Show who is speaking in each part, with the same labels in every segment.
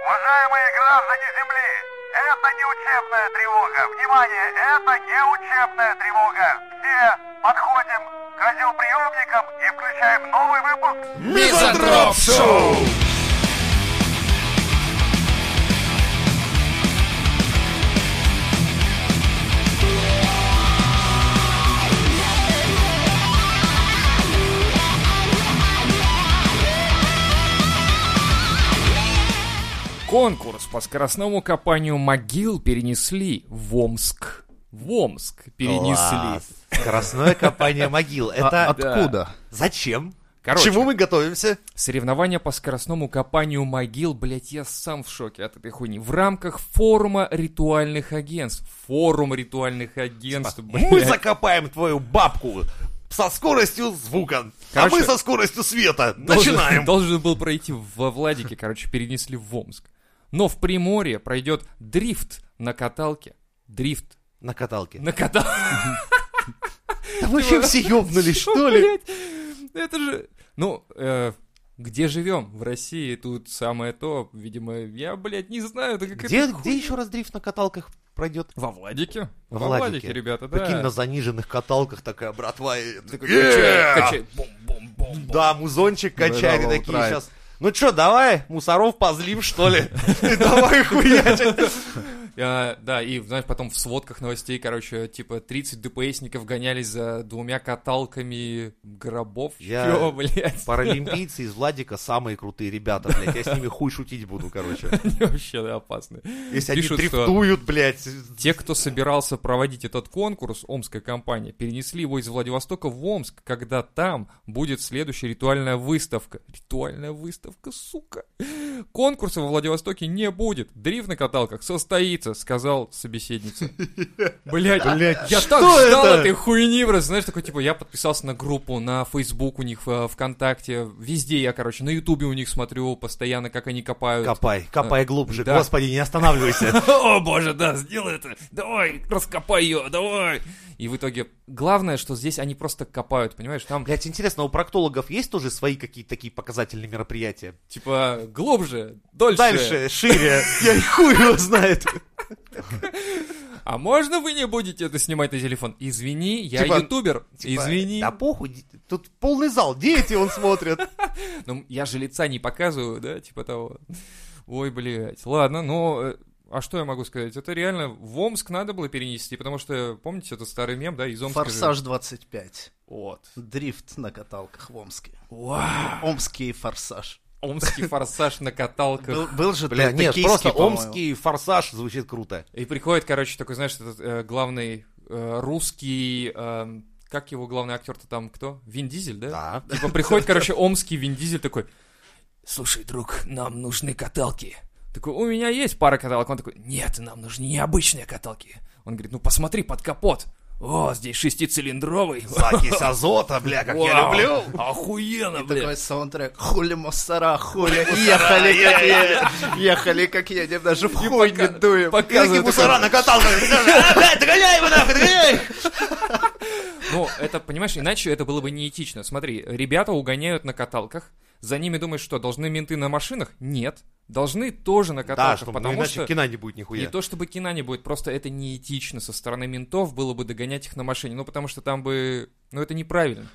Speaker 1: Уважаемые граждане Земли, это не учебная тревога. Внимание, это не учебная тревога. Все подходим к радиоприемникам и включаем новый выпуск
Speaker 2: Мизантроп Шоу!
Speaker 3: Конкурс по скоростному копанию могил перенесли в Омск. В Омск перенесли.
Speaker 4: Класс. Скоростное копание могил.
Speaker 2: А
Speaker 4: Это
Speaker 2: откуда?
Speaker 4: зачем? К
Speaker 3: Короче.
Speaker 4: чему мы готовимся?
Speaker 3: Соревнования по скоростному копанию могил, блять, я сам в шоке от этой хуйни. В рамках форума ритуальных агентств. Форум ритуальных агентств,
Speaker 4: Типа,
Speaker 3: блядь.
Speaker 4: Мы закопаем твою бабку со скоростью звука,
Speaker 3: Короче,
Speaker 4: а мы со скоростью света.
Speaker 3: Должен-
Speaker 4: Начинаем.
Speaker 3: Должен был пройти во Владике, короче, перенесли в Омск. Но в Приморье пройдет дрифт на каталке. Дрифт
Speaker 4: На каталке.
Speaker 3: на каталке.
Speaker 4: Да вообще все ёбнули, Ну что ли?
Speaker 3: Блядь, Это же... Ну, э, где живем? В России тут самое то, видимо, я, блядь, не знаю. Это как
Speaker 4: Где,
Speaker 3: это хуй-
Speaker 4: где еще раз дрифт на каталках пройдет?
Speaker 3: Во Владике.
Speaker 4: Во
Speaker 3: Во
Speaker 4: Владике.
Speaker 3: Владике, ребята, да.
Speaker 4: Прикинь, на заниженных каталках такая братва. и-
Speaker 3: Такой
Speaker 4: Е!
Speaker 3: качает, качает. Бум-бум-бум.
Speaker 4: Да, музончик качали
Speaker 2: Да, да,
Speaker 4: такие
Speaker 2: вот рай.
Speaker 4: сейчас. Ну чё, давай, мусоров позлим, что ли? Давай хуячить.
Speaker 3: А, да, и, знаешь, потом в сводках новостей, короче, типа 30 ДПСников гонялись за двумя каталками гробов.
Speaker 4: Я-
Speaker 3: Чё, блядь?
Speaker 4: Паралимпийцы из Владика самые крутые ребята, блядь. Я с ними хуй шутить буду, короче.
Speaker 3: Они вообще да, опасны.
Speaker 4: Если они
Speaker 3: Пишут,
Speaker 4: дрифтуют, блядь.
Speaker 3: Те, кто собирался проводить этот конкурс, омская компания, перенесли его из Владивостока в Омск, когда там будет следующая ритуальная выставка. Ритуальная выставка, сука. Конкурса во Владивостоке не будет. Дрифт на каталках состоится, сказал собеседница. Блять, я так
Speaker 4: что
Speaker 3: ждал
Speaker 4: это?
Speaker 3: этой хуйни, просто, знаешь, такой, типа, я подписался на группу, на Facebook у них, э, ВКонтакте, везде я, короче, на Ютубе у них смотрю постоянно, как они копают.
Speaker 4: Копай, копай глубже.
Speaker 3: Да.
Speaker 4: Господи, не останавливайся.
Speaker 3: О, боже, да, сделай это. Давай, раскопай ее, давай. И в итоге, главное, что здесь они просто копают, понимаешь, там,
Speaker 4: Блядь, интересно, у проктологов есть тоже свои какие-то такие показательные мероприятия?
Speaker 3: типа, глубже, дольше.
Speaker 4: Дальше, шире. Я и хуй его знает.
Speaker 3: А можно вы не будете это снимать на телефон? Извини, я
Speaker 4: Типа-
Speaker 3: ютубер.
Speaker 4: Типа,
Speaker 3: Извини.
Speaker 4: Да похуй, ди- тут полный зал, дети он смотрят.
Speaker 3: Ну, я же лица не показываю, да, типа того. Ой, блядь. Ладно, но... э, А что я могу сказать? Это реально в Омск надо было перенести, потому что, помните, это старый мем, да, из Омска. же-
Speaker 2: Форсаж 25.
Speaker 3: Вот.
Speaker 2: Дрифт на каталках в Омске.
Speaker 3: Вау.
Speaker 2: Омский форсаж.
Speaker 3: Омский форсаж на каталках.
Speaker 2: Был, был же
Speaker 4: Бля, нет,
Speaker 2: токийский,
Speaker 4: просто
Speaker 2: по-моему.
Speaker 4: омский форсаж звучит круто.
Speaker 3: И приходит, короче, такой, знаешь, этот э, главный э, русский, эм, как его главный актер-то там, кто? Вин Дизель, да?
Speaker 4: Да.
Speaker 3: Типа приходит, короче, омский Вин Дизель такой, слушай, друг, нам нужны каталки. Такой, у меня есть пара каталок. Он такой, нет, нам нужны необычные каталки. Он говорит, ну посмотри под капот. О, здесь шестицилиндровый.
Speaker 4: Закись азота, бля, как я
Speaker 3: Вау,
Speaker 4: люблю.
Speaker 3: Охуенно,
Speaker 2: Такой
Speaker 3: блядь.
Speaker 2: саундтрек. Хули мусора, хули. Ехали, как едем. Ехали, как едем. Даже в хуй не дуем.
Speaker 4: И такие
Speaker 3: Показывает такой,
Speaker 4: мусора на каталках. А, блядь, догоняй его нахуй, догоняй!
Speaker 3: Ну, это, понимаешь, иначе это было бы неэтично. Смотри, ребята угоняют на каталках. За ними думаешь, что, должны менты на машинах? Нет. Должны тоже на
Speaker 4: Да,
Speaker 3: каталках,
Speaker 4: что, ну,
Speaker 3: потому
Speaker 4: иначе
Speaker 3: что...
Speaker 4: кино не будет
Speaker 3: Не
Speaker 4: нихуя.
Speaker 3: то чтобы кино не будет, просто это неэтично со стороны ментов было бы догонять их на машине. Ну, потому что там бы... Ну, это неправильно.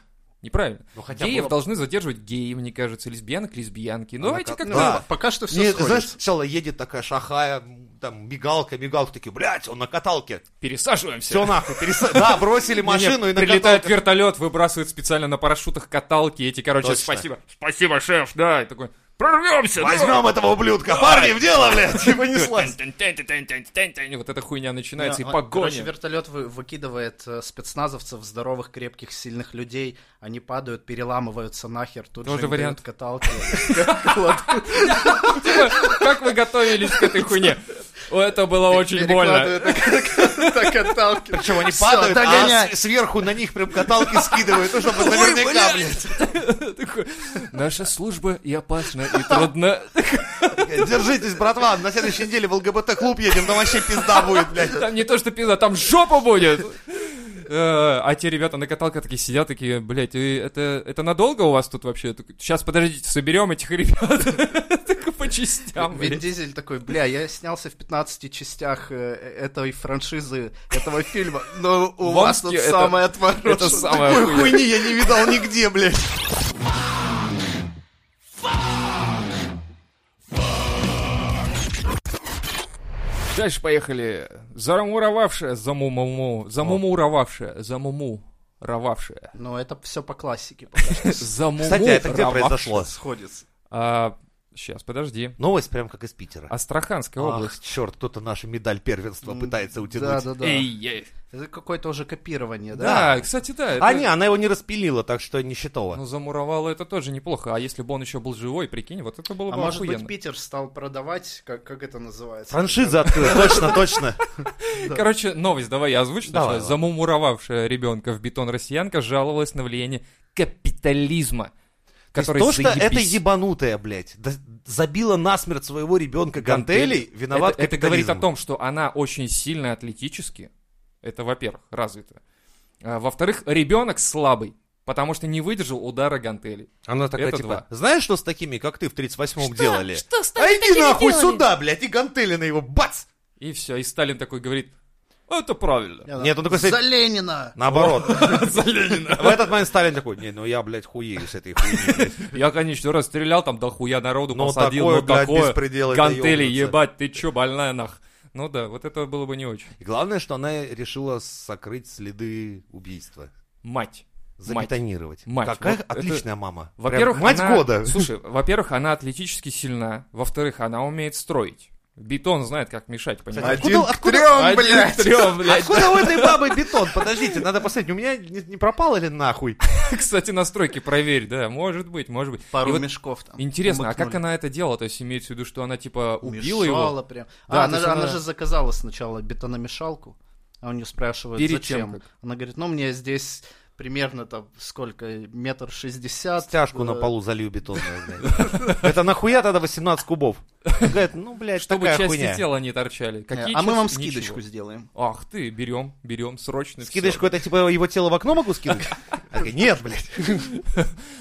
Speaker 3: Неправильно.
Speaker 4: Ну, хотя
Speaker 3: Геев
Speaker 4: было- А
Speaker 3: должны задерживать геи, мне кажется, лесбиянок, лесбиянки. Ну, давайте
Speaker 4: кат-
Speaker 3: как-то...
Speaker 4: Да.
Speaker 2: Ну, Пока что все
Speaker 4: Нет, знаешь,
Speaker 2: сходится.
Speaker 4: сначала едет такая шахая, м, там, мигалка, мигалка, такие, блядь, он на каталке.
Speaker 3: Пересаживаемся.
Speaker 4: Все нахуй, переса- Да, бросили
Speaker 3: Не-не,
Speaker 4: машину и на
Speaker 3: прилетает
Speaker 4: каталке.
Speaker 3: вертолет, выбрасывает специально на парашютах каталки эти, короче,
Speaker 4: Точно.
Speaker 3: спасибо, спасибо, шеф, да, и такой, ну». прорвемся,
Speaker 4: Возьмем этого ублюдка, парни, в дело, блядь, и понеслась.
Speaker 3: Вот эта хуйня начинается, и
Speaker 4: а,
Speaker 2: Да, он- Короче,
Speaker 3: погоня.
Speaker 2: вертолет вы- выкидывает э, спецназовцев, здоровых, крепких, сильных людей. Они падают, переламываются нахер. Тут
Speaker 4: Ну,
Speaker 3: Тоже
Speaker 2: же им
Speaker 3: вариант.
Speaker 2: дают каталки. Вот.
Speaker 3: Типа, Как вы готовились к этой хуйне? О, Это было очень больно.
Speaker 2: Перекладывают на на каталки.
Speaker 4: Причем они
Speaker 2: Всё,
Speaker 4: падают, а
Speaker 2: догоняй.
Speaker 4: с- сверху на них прям каталки скидывают, ну, чтобы наверняка, блядь.
Speaker 3: Такой, Наша служба и опасна, и трудна.
Speaker 4: Держитесь, братва, на следующей неделе в ЛГБТ-клуб едем, там вообще пизда будет, блядь.
Speaker 3: Там не то, что пизда, там жопа будет. Э, А те ребята на каталке такие сидят, такие, блядь, и это, это надолго у вас тут вообще? Сейчас, подождите, соберем этих ребят. Такой, по частям,
Speaker 2: Вин
Speaker 3: блядь.
Speaker 2: Дизель такой, бля, я снялся в 15 частях э, этой франшизы, этого фильма, но у
Speaker 3: Вам
Speaker 2: вас тут
Speaker 3: ски- это-
Speaker 2: самое отворот.
Speaker 3: Это самое
Speaker 5: Такой хуйни я не видал нигде, блядь.
Speaker 3: Дальше поехали. Замуровавшая, замумуму, замумуровавшая, замуму, ровавшая.
Speaker 2: Ну, это все по классике пока что
Speaker 3: Замуму,
Speaker 4: Кстати, а это где произошло?
Speaker 2: сходится.
Speaker 3: сейчас, А, подожди.
Speaker 4: Новость прям как из
Speaker 3: А,
Speaker 4: Питера.
Speaker 3: Астраханская
Speaker 4: Ах,
Speaker 3: область.
Speaker 4: черт, кто-то нашу медаль первенства пытается
Speaker 2: Да,
Speaker 4: утянуть.
Speaker 2: да, да.
Speaker 3: Эй, эй.
Speaker 2: Это какое-то уже копирование, да?
Speaker 3: Да, кстати, да. это-
Speaker 4: А не, она его не распилила, так что не считала.
Speaker 3: Ну, замуровала это тоже неплохо. А если бы он еще был живой, прикинь, вот это было
Speaker 2: А
Speaker 3: бы
Speaker 2: может
Speaker 3: охуенно.
Speaker 2: быть, Питер стал продавать, как, как это называется?
Speaker 4: Франшиза открыла, точно, точно.
Speaker 3: Короче, новость, давай я озвучу.
Speaker 4: Давай,
Speaker 3: Давай, Замумуровавшая ребенка в бетон россиянка жаловалась на влияние капитализма.
Speaker 4: То есть
Speaker 3: Который
Speaker 4: То, что это
Speaker 3: заебись.
Speaker 4: ебанутая, блядь, да- забила насмерть своего ребенка гантелей, виноват
Speaker 3: это, это говорит о
Speaker 4: капитализм.
Speaker 3: том, что она очень сильно атлетически, это, во-первых, развита. А, Во-вторых, ребенок слабый, потому что не выдержал удара гантелей.
Speaker 4: Она такая,
Speaker 3: Это
Speaker 4: типа,
Speaker 3: два.
Speaker 4: знаешь, что с такими, как ты, в 38-м делали?
Speaker 6: Что с
Speaker 4: А
Speaker 6: тобой
Speaker 4: иди нахуй
Speaker 6: делали?
Speaker 4: сюда, блядь, и гантели на его, бац!
Speaker 3: И все, и Сталин такой говорит, это правильно.
Speaker 2: Не, да.
Speaker 4: Нет, он такой
Speaker 2: За
Speaker 4: стоит,
Speaker 2: Ленина!
Speaker 4: наоборот.
Speaker 3: За Ленина.
Speaker 4: В этот момент Сталин такой, не, ну я, блядь, хуею с этой хуйней. блядь».
Speaker 3: Я, конечно, расстрелял там до хуя народу,
Speaker 4: Ну,
Speaker 3: посадил,
Speaker 4: такое,
Speaker 3: ну
Speaker 4: блядь,
Speaker 3: такое.
Speaker 4: беспредел это
Speaker 3: Гантели,
Speaker 4: ёбнуться.
Speaker 3: ебать, ты чё, больная нах? Ну да, вот это было бы не очень.
Speaker 4: И главное, что она решила сокрыть следы убийства.
Speaker 3: Мать. Мать.
Speaker 4: Забетонировать.
Speaker 3: Мать.
Speaker 4: Какая
Speaker 3: Вот это-
Speaker 4: отличная мама. Прям
Speaker 3: Во-первых,
Speaker 4: мать
Speaker 3: она-
Speaker 4: года.
Speaker 3: Слушай, во-первых, она атлетически сильна. Во-вторых, она умеет строить. Бетон знает, как мешать, понимаешь?
Speaker 2: Один
Speaker 4: откуда-
Speaker 2: к трем,
Speaker 3: Один
Speaker 2: блядь!
Speaker 3: к трём, блядь.
Speaker 4: Откуда у этой бабы бетон? Подождите, надо посмотреть, у меня не, не пропало ли нахуй?
Speaker 3: Кстати, настройки проверь, да, может быть, может быть. И
Speaker 2: Пару
Speaker 3: вот
Speaker 2: мешков там.
Speaker 3: Интересно, а
Speaker 2: умыкнули.
Speaker 3: как она это делала? То есть имеется в виду, что она типа убила
Speaker 2: Мешала
Speaker 3: его?
Speaker 2: прям.
Speaker 3: Да, то
Speaker 2: а, она,
Speaker 3: есть
Speaker 2: же-
Speaker 3: она-
Speaker 2: она же заказала сначала бетономешалку, а у нее спрашивают,
Speaker 3: Перед
Speaker 2: зачем.
Speaker 3: чем как?
Speaker 2: Она говорит, ну, мне здесь примерно там сколько, метр шестьдесят.
Speaker 4: Стяжку на
Speaker 2: э,
Speaker 4: полу залью бетонную, блядь. Это нахуя тогда 18 кубов? Говорит, ну, блядь,
Speaker 3: Чтобы
Speaker 4: такая
Speaker 3: части
Speaker 4: хуйня.
Speaker 3: тела не торчали.
Speaker 2: э,
Speaker 3: Какие
Speaker 2: А мы вам
Speaker 3: части?
Speaker 2: скидочку
Speaker 3: Ничего.
Speaker 2: сделаем.
Speaker 3: Ах ты, берем, берем, срочно. всё.
Speaker 4: Скидочку, это типа его тело в окно могу скинуть? Она говорит, Нет, блядь.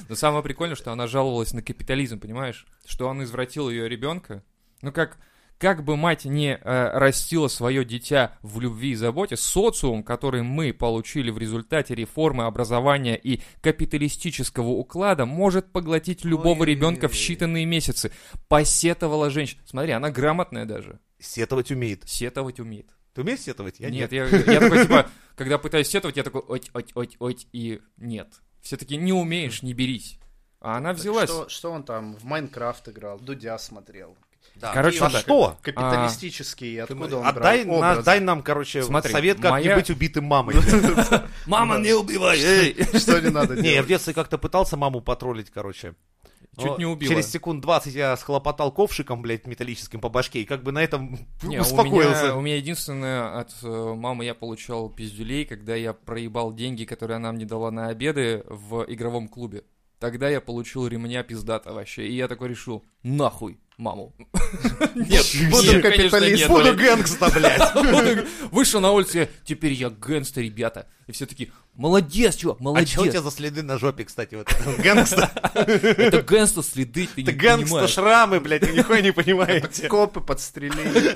Speaker 3: Но самое прикольное, что она жаловалась на капитализм, понимаешь? Что он извратил ее ребенка. Ну как, как бы мать не э, растила свое дитя в любви и заботе, социум, который мы получили в результате реформы образования и капиталистического уклада, может поглотить любого ребенка в считанные месяцы. Посетовала женщина. Смотри, она грамотная даже.
Speaker 4: Сетовать умеет.
Speaker 3: Сетовать умеет.
Speaker 4: Ты умеешь сетовать? Я
Speaker 3: нет, Я, я такой, типа, когда пытаюсь сетовать, я такой, ой, ой, ой, ой, и нет. Все таки не умеешь, не берись. А она
Speaker 2: Так
Speaker 3: взялась.
Speaker 2: Что, что он там в Майнкрафт играл, Дудя смотрел.
Speaker 4: Да.
Speaker 3: Короче,
Speaker 4: А
Speaker 3: вот так.
Speaker 4: что?
Speaker 2: Капиталистический, откуда он
Speaker 4: Отдай,
Speaker 2: брал
Speaker 4: А, на-
Speaker 2: образы?
Speaker 4: дай нам, короче,
Speaker 3: Смотри,
Speaker 4: совет, как не
Speaker 3: моя-
Speaker 4: быть убитым мамой.
Speaker 3: Мама, не убивай! э. эй!
Speaker 2: Что не надо
Speaker 4: Не, я в
Speaker 2: делать?
Speaker 4: детстве как-то пытался маму потроллить, короче.
Speaker 3: Чуть
Speaker 4: Но
Speaker 3: не убила.
Speaker 4: Через секунд 20 я схлопотал ковшиком, блядь, металлическим по башке, и как бы на этом
Speaker 3: Не, у меня,
Speaker 4: успокоился.
Speaker 3: у меня единственное, от э, мамы я получал пиздюлей, когда я проебал деньги, которые она мне дала на обеды в игровом клубе. Тогда я получил ремня пиздата вообще, и я такой решил, нахуй маму. Нет,
Speaker 2: Буду
Speaker 3: нет, конечно,
Speaker 2: капиталист,
Speaker 3: нет,
Speaker 4: Буду
Speaker 3: блядь.
Speaker 4: гэнгста, блядь.
Speaker 3: Вышел на улицу, я, теперь я гэнгстер, ребята. И все таки молодец, чувак,
Speaker 4: А что у тебя
Speaker 3: молодец.
Speaker 4: за следы на жопе, кстати, вот это? гэнгста?
Speaker 3: Это гэнгстер следы, ты не
Speaker 4: Это гэнгста
Speaker 3: понимаешь.
Speaker 4: шрамы, блядь, вы нихуя не понимаете.
Speaker 2: Копы подстрелили.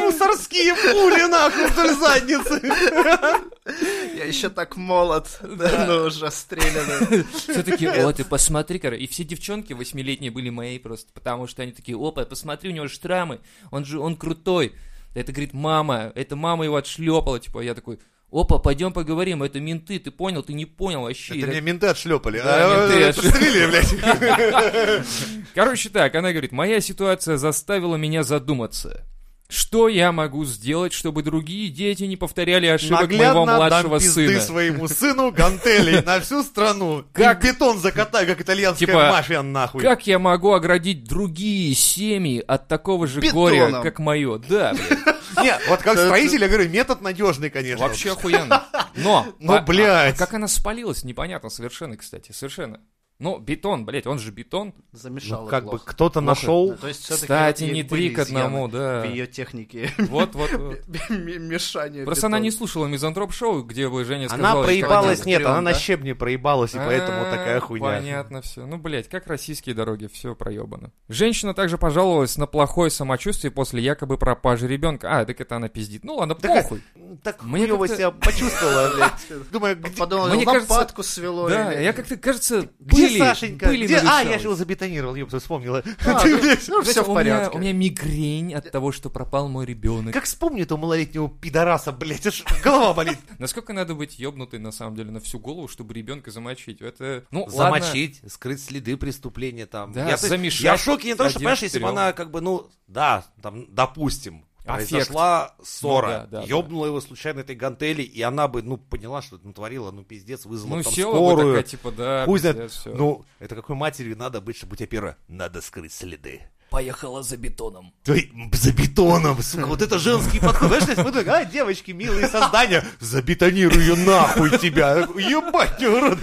Speaker 4: Мусорские пули, нахуй, вдоль задницы.
Speaker 2: Я еще так молод, да, но уже стреляно.
Speaker 3: Все такие, о, ты посмотри, короче. И все девчонки восьмилетние были мои просто, потому что они такие, опа, посмотри, у него же штрамы, он же, он крутой. Это, говорит, мама, это мама его отшлепала, типа, я такой, опа, пойдем поговорим, это менты, ты понял, ты не понял вообще.
Speaker 4: Это
Speaker 3: И
Speaker 4: меня
Speaker 3: так-
Speaker 4: менты отшлепали.
Speaker 3: Да,
Speaker 4: а,
Speaker 3: менты
Speaker 4: э,
Speaker 3: отшлёпали.
Speaker 4: Подстрелили, блядь.
Speaker 3: Короче, так, она говорит, моя ситуация заставила меня задуматься. Что я могу сделать, чтобы другие дети не повторяли ошибок моего
Speaker 4: Наглядно
Speaker 3: младшего
Speaker 4: дам пизды
Speaker 3: сына?
Speaker 4: своему сыну гантелей на всю страну.
Speaker 3: Как-
Speaker 4: Как бетон закатай, как итальянская
Speaker 3: Типа,
Speaker 4: мафия, нахуй.
Speaker 3: Как я могу оградить другие семьи от такого же
Speaker 2: Бетоном.
Speaker 3: горя, как мое? Да, блин,
Speaker 4: Не, вот как строитель, я говорю, метод надежный, конечно.
Speaker 3: вообще охуенно. Но,
Speaker 4: Ну, блядь.
Speaker 3: как она спалилась, непонятно совершенно, кстати, совершенно. Ну, бетон, блядь, он же бетон.
Speaker 2: Замешал
Speaker 3: ну,
Speaker 4: как бы
Speaker 2: плохо.
Speaker 4: кто-то нашел.
Speaker 2: Ну, То есть всё-таки
Speaker 3: Кстати,
Speaker 2: и
Speaker 3: не
Speaker 2: были
Speaker 3: три к одному, да.
Speaker 2: изъяны В ее технике
Speaker 3: Вот, вот, вот.
Speaker 2: М- мешание.
Speaker 3: Просто она
Speaker 2: бетона.
Speaker 3: не слушала мизантроп-шоу, где бы Женя сказала...
Speaker 4: Она
Speaker 3: что
Speaker 4: проебалась,
Speaker 2: они
Speaker 4: нет, она
Speaker 2: втроём,
Speaker 4: на
Speaker 2: да?
Speaker 4: щебне проебалась, и поэтому
Speaker 3: А,
Speaker 4: такая хуйня.
Speaker 3: Понятно все. Ну, блядь, как российские дороги, все проебано. Женщина также пожаловалась на плохое самочувствие после якобы пропажи ребенка. А, так это она пиздит. Ну ладно,
Speaker 4: Так,
Speaker 3: похуй.
Speaker 4: Так
Speaker 3: Мне
Speaker 4: хуёво
Speaker 3: как-то-
Speaker 4: себя почувствовала, блядь. Думаю, где,
Speaker 2: Подумала,
Speaker 3: Мне кажется-
Speaker 2: лампадку свело.
Speaker 3: Да,
Speaker 2: или-
Speaker 3: я как-то, кажется,
Speaker 4: где
Speaker 3: были,
Speaker 4: Сашенька?
Speaker 3: были
Speaker 4: где... А, я
Speaker 3: навещалось.
Speaker 4: же его забетонировал, ёпта, вспомнила.
Speaker 2: А,
Speaker 4: Ты,
Speaker 2: ну,
Speaker 4: блядь,
Speaker 2: ну,
Speaker 3: Знаете,
Speaker 2: все в
Speaker 3: у меня-
Speaker 2: порядке.
Speaker 3: У меня мигрень от того, что пропал мой ребенок.
Speaker 4: Как вспомню этого малолетнего пидораса, блядь, аж голова болит.
Speaker 3: Насколько надо быть ёбнутой, на самом деле, на всю голову, чтобы ребенка замочить? Это, ну, ладно.
Speaker 4: Замочить, скрыть следы преступления там.
Speaker 3: Да,
Speaker 4: я, то есть,
Speaker 3: замешать
Speaker 4: я в шоке не то, что,
Speaker 3: один
Speaker 4: понимаешь, если бы
Speaker 3: стрём.
Speaker 4: она как бы, ну, да, там, допустим,
Speaker 3: Аффект.
Speaker 4: произошла ссора,
Speaker 3: Ну да, да,
Speaker 4: ёбнула его случайно этой гантели, и она бы, ну, поняла, что это натворила, ну, пиздец, вызвала
Speaker 3: Ну,
Speaker 4: там
Speaker 3: села бы
Speaker 4: скорую.
Speaker 3: такая, типа, да,
Speaker 4: Хуй знает.
Speaker 3: пиздец, всё.
Speaker 4: Ну, это какой матерью надо быть, чтобы у тебя первое? Надо скрыть следы.
Speaker 6: Поехала за бетоном.
Speaker 4: Ой, м, за бетоном, сука, вот это женский подход. Знаешь, то есть мы так, а, девочки, милые создания, забетонирую нахуй тебя. Ебать, ты урод.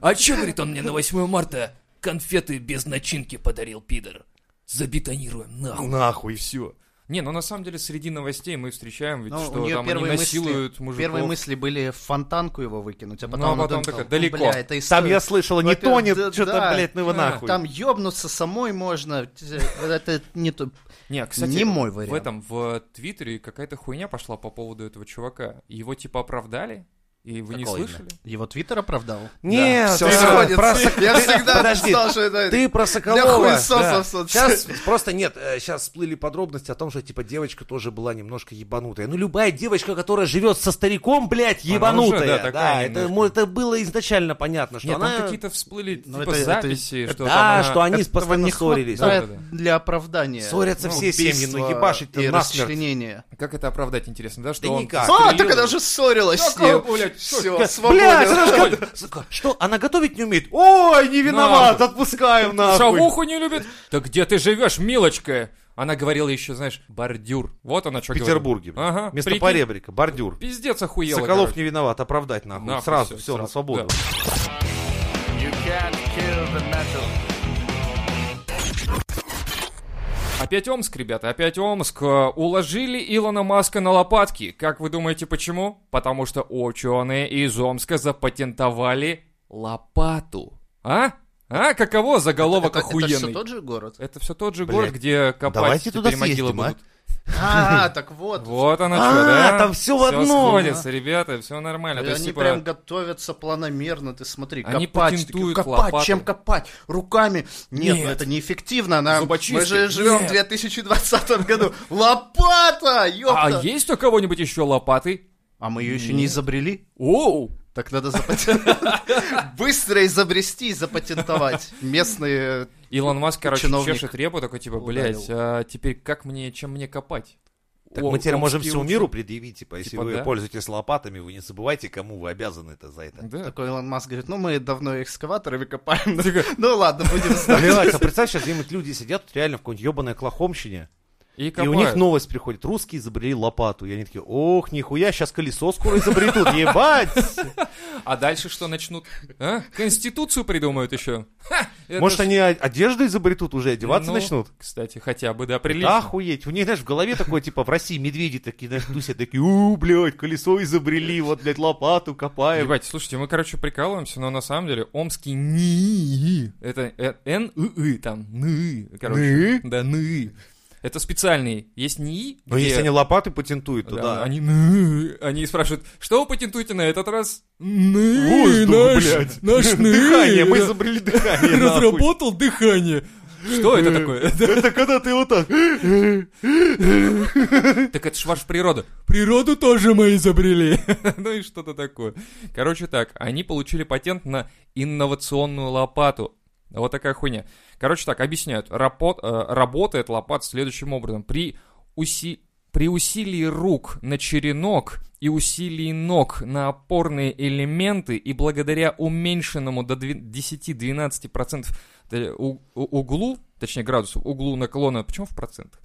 Speaker 6: А чё, говорит он мне на 8 марта, конфеты без начинки подарил пидор. Забетонируем
Speaker 3: Ну
Speaker 6: нахуй.
Speaker 4: Нахуй.
Speaker 3: Все. Не, ну на самом деле среди новостей мы встречаем, ведь
Speaker 2: Ну,
Speaker 3: что
Speaker 2: у нее
Speaker 3: там они
Speaker 2: первые мысли,
Speaker 3: насилуют мужиков.
Speaker 2: первые мысли были в фонтанку его выкинуть, а потом,
Speaker 3: Ну, а
Speaker 2: она
Speaker 3: потом
Speaker 2: думает,
Speaker 3: такая,
Speaker 2: «Ну,
Speaker 3: далеко».
Speaker 2: бля, это и
Speaker 4: Там
Speaker 2: стоит.
Speaker 4: я слышал, не
Speaker 2: Во-первых,
Speaker 4: тонет,
Speaker 2: да,
Speaker 4: что-то,
Speaker 2: да.
Speaker 4: блядь, ну его
Speaker 3: А,
Speaker 4: нахуй.
Speaker 2: Там ёбнуться самой можно. Это не то.
Speaker 3: Не, кстати,
Speaker 2: Не мой
Speaker 3: в
Speaker 2: вариант.
Speaker 3: этом, в Твиттере какая-то хуйня пошла по поводу этого чувака. Его типа оправдали, и вы не
Speaker 4: Какого
Speaker 3: слышали?
Speaker 2: Его твиттер оправдал?
Speaker 4: Нет,
Speaker 2: Всё
Speaker 4: ты
Speaker 2: сходится.
Speaker 4: про Сок-
Speaker 2: Я
Speaker 4: ты-
Speaker 2: всегда
Speaker 4: подожди,
Speaker 2: считал, что это-
Speaker 4: Ты про
Speaker 2: Для
Speaker 4: Соколова.
Speaker 2: хуесосов соц.
Speaker 4: Сейчас просто нет, сейчас всплыли подробности о том, что типа девочка тоже была немножко ебанутая. Ну любая девочка, которая живет со стариком, блядь,
Speaker 3: Она
Speaker 4: ебанутая.
Speaker 3: уже, да,
Speaker 4: да,
Speaker 3: такая
Speaker 4: это,
Speaker 3: немножко.
Speaker 4: мо- это было изначально понятно, что
Speaker 3: Нет,
Speaker 4: она...
Speaker 3: там какие-то всплыли
Speaker 2: Ну,
Speaker 3: типа
Speaker 2: это- это-
Speaker 3: записи, что
Speaker 4: да,
Speaker 3: там она-
Speaker 4: что они
Speaker 2: Этого
Speaker 4: постоянно
Speaker 2: не
Speaker 4: ссорились. Ну,
Speaker 2: хватает
Speaker 3: Да, да,
Speaker 2: для оправдания.
Speaker 4: Ссорятся все семьи,
Speaker 2: убийства
Speaker 4: ну ебашить-то
Speaker 2: и
Speaker 4: насмерть.
Speaker 2: расчленение.
Speaker 3: Как это оправдать, интересно, да? Что
Speaker 4: Да
Speaker 3: он
Speaker 4: никак.
Speaker 2: А,
Speaker 3: застрелил?
Speaker 2: так она же ссорилась с
Speaker 3: Какого,
Speaker 2: ним.
Speaker 3: Ну, а блядь,
Speaker 2: Все,
Speaker 4: Блядь,
Speaker 2: свобода.
Speaker 4: она же как- Сука, что, она готовить не умеет? Ой, не виноват, отпускаем нахуй.
Speaker 3: Шавуху не любит? Да где ты живешь, милочка? Она говорила еще, знаешь, бордюр. Вот она что
Speaker 4: В
Speaker 3: говорит.
Speaker 4: Петербурге, блядь.
Speaker 3: Ага.
Speaker 4: Вместо
Speaker 3: прикинь.
Speaker 4: поребрика, бордюр.
Speaker 3: Пиздец охуела.
Speaker 4: Соколов
Speaker 3: короче.
Speaker 4: не виноват, оправдать нахуй.
Speaker 3: Нахуй
Speaker 4: сразу,
Speaker 3: всё,
Speaker 4: все, на
Speaker 3: сразу,
Speaker 4: свободу.
Speaker 3: да. Опять Омск, ребята, опять Омск. Э, Уложили Илона Маска на лопатки. Как вы думаете, почему? Потому что ученые из Омска запатентовали лопату. А? А? Каково заголовок
Speaker 2: Это- Это
Speaker 3: охуенный?
Speaker 2: все тот же город.
Speaker 3: Это все тот же
Speaker 4: Блядь,
Speaker 3: город, где копать
Speaker 4: давайте туда
Speaker 3: теперь могилы
Speaker 4: съездим, а?
Speaker 3: будут.
Speaker 2: А, так вот.
Speaker 3: Вот она
Speaker 4: А,
Speaker 3: что, да?
Speaker 4: там всё в одном.
Speaker 3: сходится, ребята, все нормально. То есть,
Speaker 2: они
Speaker 3: типа,
Speaker 2: прям готовятся планомерно, ты смотри,
Speaker 3: Они
Speaker 2: копать, ты
Speaker 3: патентуют
Speaker 2: такой, копать,
Speaker 3: лопаты.
Speaker 2: чем копать? Руками? Нет,
Speaker 3: Нет.
Speaker 2: ну это неэффективно, нам,
Speaker 3: Зубочистки?
Speaker 2: мы же живем
Speaker 3: Нет.
Speaker 2: в 2020 году. Лопата, ёпта!
Speaker 3: А есть у кого-нибудь еще лопаты?
Speaker 2: А мы ее еще не изобрели?
Speaker 3: Оу!
Speaker 2: Так надо запатентовать. Быстро изобрести и запатентовать. Местные...
Speaker 3: Илон Маск, короче,
Speaker 2: Чиновник
Speaker 3: чешет репу, такой, типа, блядь, а теперь как мне, чем мне копать?
Speaker 4: Так
Speaker 3: О,
Speaker 4: мы теперь можем
Speaker 3: омские
Speaker 4: всему
Speaker 3: ученые.
Speaker 4: миру предъявить, типа, если
Speaker 3: Типа
Speaker 4: вы
Speaker 3: да.
Speaker 4: пользуетесь лопатами, вы не забывайте, кому вы обязаны это за это.
Speaker 3: Да.
Speaker 2: Такой Илон Маск говорит, ну мы давно экскаваторами копаем. Ну ладно, будем знать.
Speaker 4: Блядь, а представь, сейчас где-нибудь люди сидят тут реально в какой-нибудь ебаной Оклахомщине,
Speaker 3: И,
Speaker 4: и у них ну, новость приходит. Русские изобрели лопату. И они такие, ох, нихуя, сейчас колесо скоро изобретут, ебать!
Speaker 3: А дальше что начнут? А? Конституцию придумают еще.
Speaker 4: Может, они о- одежду изобретут уже, одеваться
Speaker 3: Ну,
Speaker 4: начнут?
Speaker 3: Кстати, хотя бы, да,
Speaker 4: Да,
Speaker 3: прилично.
Speaker 4: Охуеть. У них, знаешь, в голове такое, типа, в России медведи такие, знаешь, тусят, такие, у, блядь, колесо изобрели, вот, блядь, лопату копаем.
Speaker 3: Ебать, слушайте, мы, короче, прикалываемся, но на самом деле Омский НИИ, это э, НИИ там, НИИ, короче.
Speaker 4: НИИ?
Speaker 3: Да, НИИ. Это специальный. Есть НИИ,
Speaker 4: Но
Speaker 3: где-
Speaker 4: если они лопаты патентуют, то
Speaker 3: Да,
Speaker 4: да.
Speaker 3: Они, «Ны». они спрашивают, что вы патентуете на этот раз? «Ны,
Speaker 4: Воздух,
Speaker 3: наш,
Speaker 4: блядь.
Speaker 3: Наш э, «Ны».
Speaker 4: Дыхание, мы
Speaker 3: Да.
Speaker 4: изобрели дыхание. нахуй.
Speaker 3: разработал дыхание. Что это такое?
Speaker 4: Это когда ты вот так. «Э,
Speaker 3: Так это ж ваша природа. Природу тоже мы изобрели. Ну и что-то такое. Короче так, они получили патент на инновационную лопату. Вот такая хуйня. Короче так, объясняют. Рапо- э, Работает лопата следующим образом. При уси- При усилии рук на черенок и усилии ног на опорные элементы и благодаря уменьшенному до две- 10-12% т- у- у- углу, точнее градусу, углу А, наклона, почему в процентах?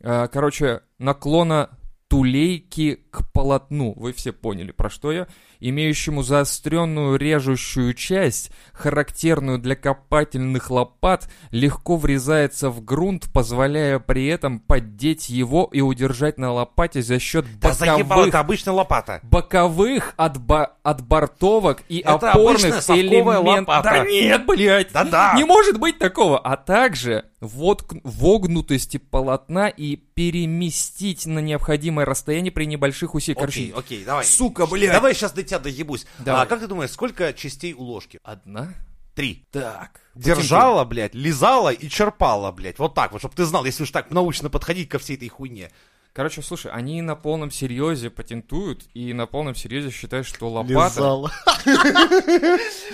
Speaker 3: Э, Короче, наклона тулейки к полотну, вы все поняли, про что я, имеющему заостренную режущую часть, характерную для копательных лопат, легко врезается в грунт, позволяя при этом поддеть его и удержать на лопате за счет
Speaker 4: Да заебал,
Speaker 3: боковых
Speaker 4: это обычная лопата.
Speaker 3: боковых отба- отбортовок и
Speaker 4: Это обычная
Speaker 3: опорных
Speaker 4: совковая
Speaker 3: элементов.
Speaker 4: лопата.
Speaker 3: Да нет, блядь!
Speaker 4: Да-да.
Speaker 3: Не может быть такого! А также вотк- вогнутости полотна и переместить на необходимое расстояние при небольших усилиях.
Speaker 4: Окей,
Speaker 3: Короче,
Speaker 4: окей, давай.
Speaker 3: сука, блядь!
Speaker 4: Давай сейчас до тебя доебусь.
Speaker 3: Давай.
Speaker 4: А как ты думаешь, сколько частей у ложки?
Speaker 3: Одна?
Speaker 4: Три.
Speaker 3: Так.
Speaker 4: Держала, блядь, лизала и черпала, блядь. Вот так вот, чтобы ты знал, если уж так научно подходить ко всей этой хуйне.
Speaker 3: Короче, слушай, они на полном серьезе патентуют и на полном серьезе считают, что лопата...
Speaker 2: Лизала.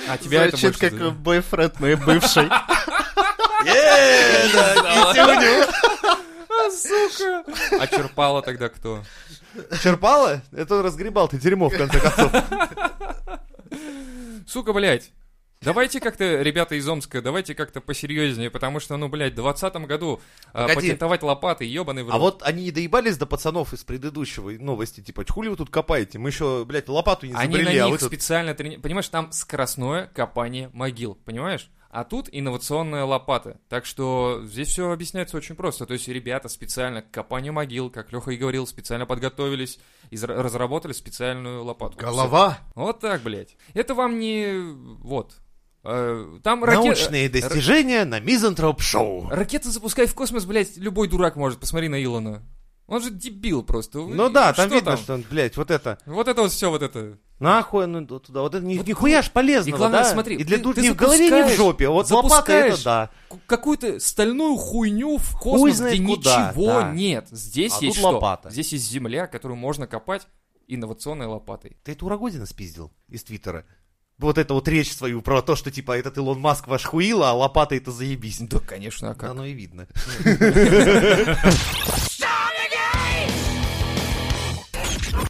Speaker 3: А тебя это
Speaker 2: Звучит
Speaker 3: больше...
Speaker 2: как
Speaker 3: задел-
Speaker 2: бойфренд моей бывшей.
Speaker 3: А черпала тогда кто?
Speaker 4: Черпала? Это он разгребал ты дерьмо, в конце концов.
Speaker 3: Сука, блядь. Давайте как-то, ребята из Омска, давайте как-то посерьезнее, потому что, ну, блядь, в 2020 году а,
Speaker 4: Погоди.
Speaker 3: патентовать лопаты, ебаный в рот.
Speaker 4: А вот они не доебались до пацанов из предыдущего новости, типа, хули вы тут копаете? Мы еще, блядь, лопату не
Speaker 3: Они
Speaker 4: изобрели,
Speaker 3: на
Speaker 4: а
Speaker 3: них
Speaker 4: вы тут...
Speaker 3: специально трени- Понимаешь, там скоростное копание могил, понимаешь? А тут инновационная лопата. Так что здесь все объясняется очень просто. То есть ребята специально к копанию могил, как Леха и говорил, специально подготовились и зра- разработали специальную лопату.
Speaker 2: Голова.
Speaker 3: Всё. Вот так, блядь. Это вам не... Вот. Э, Там раке-
Speaker 4: Научные достижения на Мизантроп-шоу.
Speaker 3: Ракеты запускай в космос, блядь, любой дурак может. Посмотри на Илона. Он же дебил просто.
Speaker 4: Ну да, там
Speaker 3: Что
Speaker 4: видно, что он, блядь, вот это.
Speaker 3: Вот это вот все, вот это.
Speaker 4: Нахуй ну туда. Вот это ни- нихуя ж полезного,
Speaker 3: и главное,
Speaker 4: да?
Speaker 3: смотри,
Speaker 4: И для
Speaker 3: ты-
Speaker 4: дурни
Speaker 3: ты
Speaker 4: в голове, не в
Speaker 3: запускаешь,
Speaker 4: жопе. Вот лопата
Speaker 3: запускаешь.
Speaker 4: это да.
Speaker 3: К- Какую-то стальную хуйню в
Speaker 4: Хуй
Speaker 3: космос,
Speaker 4: знает
Speaker 3: где
Speaker 4: куда,
Speaker 3: ничего
Speaker 4: да.
Speaker 3: нет. Здесь
Speaker 4: А
Speaker 3: есть
Speaker 4: тут
Speaker 3: что?
Speaker 4: лопата.
Speaker 3: Здесь есть земля, которую можно копать инновационной лопатой.
Speaker 4: Ты это у Рогозина спиздил из Твиттера. Вот эту вот речь свою про то, что типа этот Илон Маск ваш хуила, а лопата это заебись.
Speaker 3: Да, конечно, а как?
Speaker 4: Оно и видно.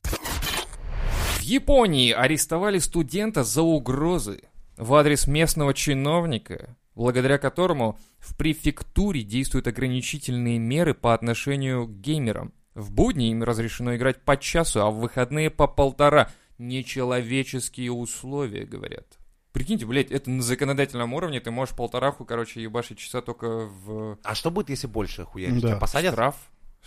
Speaker 3: В Японии арестовали студента за угрозы в адрес местного чиновника, благодаря которому в префектуре действуют ограничительные меры по отношению к геймерам. В будни им разрешено играть по часу, а в выходные по полтора. Нечеловеческие условия, говорят. Прикиньте, блядь, это на законодательном уровне ты можешь полтораху, короче, ебашить часа только в
Speaker 4: А что будет, если больше хуя?
Speaker 2: Да.
Speaker 4: Тебя посадят?
Speaker 3: штраф.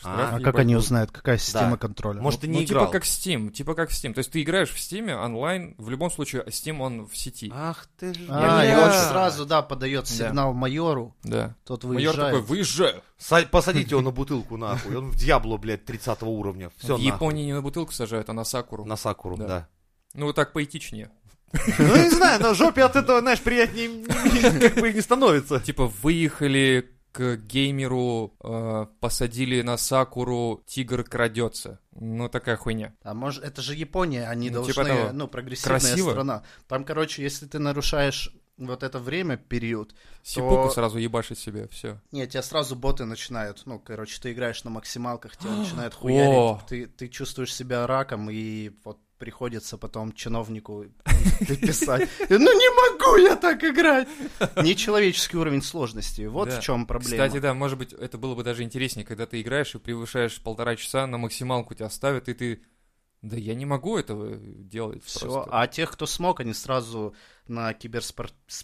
Speaker 4: А,
Speaker 2: А
Speaker 3: ебать,
Speaker 2: как они
Speaker 3: будет.
Speaker 2: узнают, какая система
Speaker 4: Да.
Speaker 2: контроля?
Speaker 4: Может, ты
Speaker 3: Ну,
Speaker 4: не
Speaker 3: типа
Speaker 4: играл?
Speaker 3: как Steam, типа как Steam. То есть ты играешь в Steam онлайн, в любом случае, а Steam он в сети.
Speaker 4: Ах ты ж...
Speaker 2: А, и
Speaker 4: блядь.
Speaker 2: он сразу, да, подает сигнал майору,
Speaker 3: Да.
Speaker 2: тот
Speaker 3: Майор такой,
Speaker 2: выезжает.
Speaker 3: выезжаю.
Speaker 4: Са- Посадите его на бутылку нахуй. Он в Диабло, блядь, 30 уровня. Все
Speaker 3: в Японии не на бутылку сажают, а на сакуру.
Speaker 4: На Сакуру,
Speaker 3: Да.
Speaker 4: да.
Speaker 3: Ну, вот так поэтичнее.
Speaker 4: Ну, не знаю, на жопе от этого, знаешь, приятнее как бы и не становится.
Speaker 3: Типа, выехали к геймеру, э, посадили на сакуру, тигр крадется. Ну, такая хуйня.
Speaker 2: А может, это же Япония, они
Speaker 3: Ну,
Speaker 2: должны,
Speaker 3: типа того.
Speaker 2: ну, прогрессивная
Speaker 3: Красиво.
Speaker 2: страна. Там, короче, если ты нарушаешь вот это время, период,
Speaker 3: Сипуку сразу ебашит себе, все.
Speaker 2: Нет, тебя сразу боты начинают. Ну, короче, ты играешь на максималках, тебя начинают хуярить.
Speaker 3: О.
Speaker 2: Ты, ты чувствуешь себя раком, и вот приходится потом чиновнику писать. Ну не могу я так играть! Нечеловеческий уровень сложности. Вот
Speaker 3: Да.
Speaker 2: в чем
Speaker 3: Кстати,
Speaker 2: проблема.
Speaker 3: да, может быть, это было бы даже интереснее, когда ты играешь и превышаешь полтора часа, на максималку тебя ставят, и ты... Да я не могу этого э, делать
Speaker 2: Все.
Speaker 3: просто».
Speaker 2: А тех, кто смог, они сразу на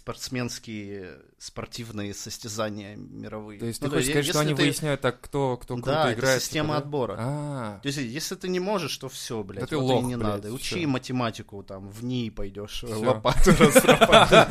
Speaker 2: киберспортсменские спортивные состязания мировые.
Speaker 3: То есть
Speaker 2: Ну,
Speaker 3: ты хочешь
Speaker 2: е-
Speaker 3: сказать, что
Speaker 2: если
Speaker 3: они
Speaker 2: ты-
Speaker 3: выясняют так, кто, кто круто
Speaker 2: Да, это
Speaker 3: играет? типа,
Speaker 2: система
Speaker 3: да?
Speaker 2: отбора.
Speaker 3: А,
Speaker 2: То есть, если ты не можешь, то все, блядь,
Speaker 3: Да ты
Speaker 2: вот и
Speaker 3: лох,
Speaker 2: не
Speaker 3: блядь,
Speaker 2: надо. Учи
Speaker 3: всё.
Speaker 2: математику, там, в ней пойдешь
Speaker 3: Всё.
Speaker 2: лопату разрабатывать.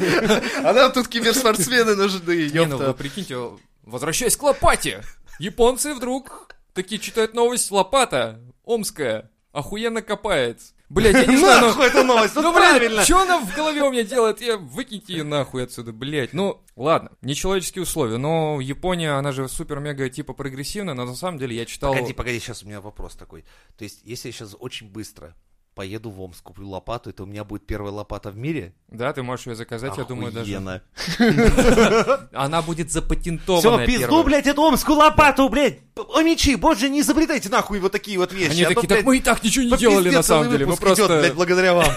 Speaker 2: А нам тут киберспортсмены нужны,
Speaker 3: Не, ну вы
Speaker 2: ёпта.
Speaker 3: прикиньте, возвращаясь к лопате. Японцы вдруг такие читают новость, лопата омская охуенно копает. Блядь, я не знаю,
Speaker 4: Нахуй это новость,
Speaker 3: ну,
Speaker 4: ну
Speaker 3: ну блядь,
Speaker 4: правильно.
Speaker 3: что она в голове у меня делает? Я выкиньте ее нахуй отсюда, блядь. Ну, ладно, нечеловеческие условия, но Япония, она же супер-мега типа прогрессивная, но на самом деле я читал...
Speaker 4: Погоди, погоди, сейчас у меня вопрос такой. То есть, если я сейчас очень быстро поеду в Омск, куплю лопату, это у меня будет первая лопата в мире?
Speaker 3: Да, ты можешь ее заказать, я думаю, даже... Она будет запатентована.
Speaker 4: Все, пизду, блядь, эту омскую лопату, блядь! О, мечи, боже, не изобретайте нахуй вот такие вот вещи.
Speaker 3: Они
Speaker 4: а то,
Speaker 3: такие, так
Speaker 4: блядь,
Speaker 3: мы и так ничего не
Speaker 4: по
Speaker 3: делали
Speaker 4: пизде
Speaker 3: на
Speaker 4: целый
Speaker 3: самом деле, мы
Speaker 4: выпуск идет,
Speaker 3: просто...
Speaker 4: блядь, благодаря вам.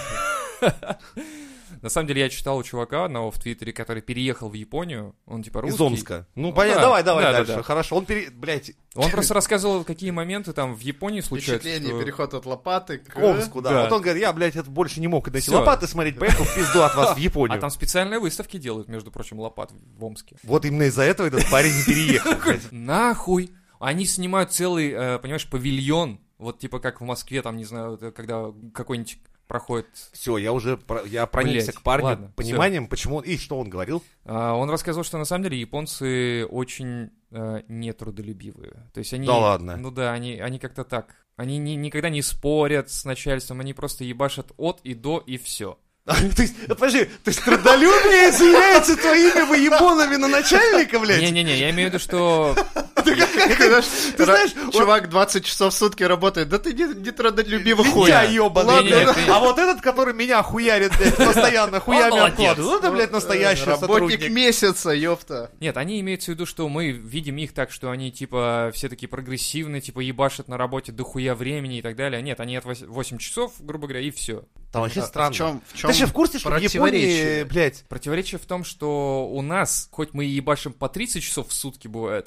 Speaker 3: На самом деле я читал у чувака одного в Твиттере, который переехал в Японию. Он типа русский.
Speaker 4: Из Омска. Ну,
Speaker 3: Ну
Speaker 4: понятно,
Speaker 3: да,
Speaker 4: давай, давай
Speaker 3: да, да,
Speaker 4: дальше.
Speaker 3: да.
Speaker 4: Хорошо, он пере... Блядь,
Speaker 3: Он просто рассказывал, какие моменты там в Японии случаются.
Speaker 2: Впечатление,
Speaker 3: что-
Speaker 2: переход от лопаты к...
Speaker 4: к Омску, да.
Speaker 3: Э, Да.
Speaker 4: Вот он говорит, я, блядь, это больше не мог. И эти
Speaker 3: Всё.
Speaker 4: лопаты смотреть, поехал в пизду от вас в
Speaker 3: А
Speaker 4: Японию.
Speaker 3: там специальные выставки делают, между прочим, лопат в Омске.
Speaker 4: Вот именно из-за этого этот парень и переехал. блядь.
Speaker 3: Нахуй! Они снимают целый, э, понимаешь, павильон. Вот типа как в Москве, там, не знаю, вот, э, когда какой-нибудь проходит...
Speaker 4: Все, я уже про- я проникся
Speaker 3: Блядь,
Speaker 4: к парню
Speaker 3: ладно,
Speaker 4: пониманием, почему он... И что он говорил?
Speaker 3: А, он рассказывал, что на самом деле японцы очень э, нетрудолюбивые. То есть они...
Speaker 4: Да ладно.
Speaker 3: Ну да, они, они как-то так. Они ни- никогда не спорят с начальством, они просто ебашат от и до и все.
Speaker 4: То есть, э, подожди, то есть трудолюбие заявляется твоими выебонами на начальника, блядь?
Speaker 3: Не-не-не, я имею в виду, что...
Speaker 2: Ты знаешь,
Speaker 4: Ты знаешь,
Speaker 2: ра-
Speaker 4: он-
Speaker 2: чувак 20 часов в сутки работает. Да ты не, не трудолюбивый
Speaker 4: Лентяй
Speaker 2: хуя.
Speaker 4: ёбаный.
Speaker 3: Ладно, Не-не-не,
Speaker 4: да.
Speaker 3: ты-
Speaker 4: А вот этот, который меня хуярит, блядь, постоянно хуями
Speaker 6: молодец.
Speaker 4: обкладывает. Ну, это, блядь, настоящий
Speaker 2: Работник
Speaker 4: сотрудник.
Speaker 2: месяца, ёпта.
Speaker 3: Нет, они имеются в виду, что мы видим их так, что они, типа, все такие прогрессивные, типа, ебашат на работе до хуя времени и так далее. Нет, они от 8 часов, грубо говоря, и все.
Speaker 4: Там вообще странно.
Speaker 2: А, В чем, в
Speaker 4: Ты
Speaker 2: чем
Speaker 4: вообще в курсе, что в Японии,
Speaker 2: противоречие?
Speaker 4: блядь,
Speaker 3: Противоречие в том, что у нас, хоть мы и ебашим по 30 часов в сутки бывает,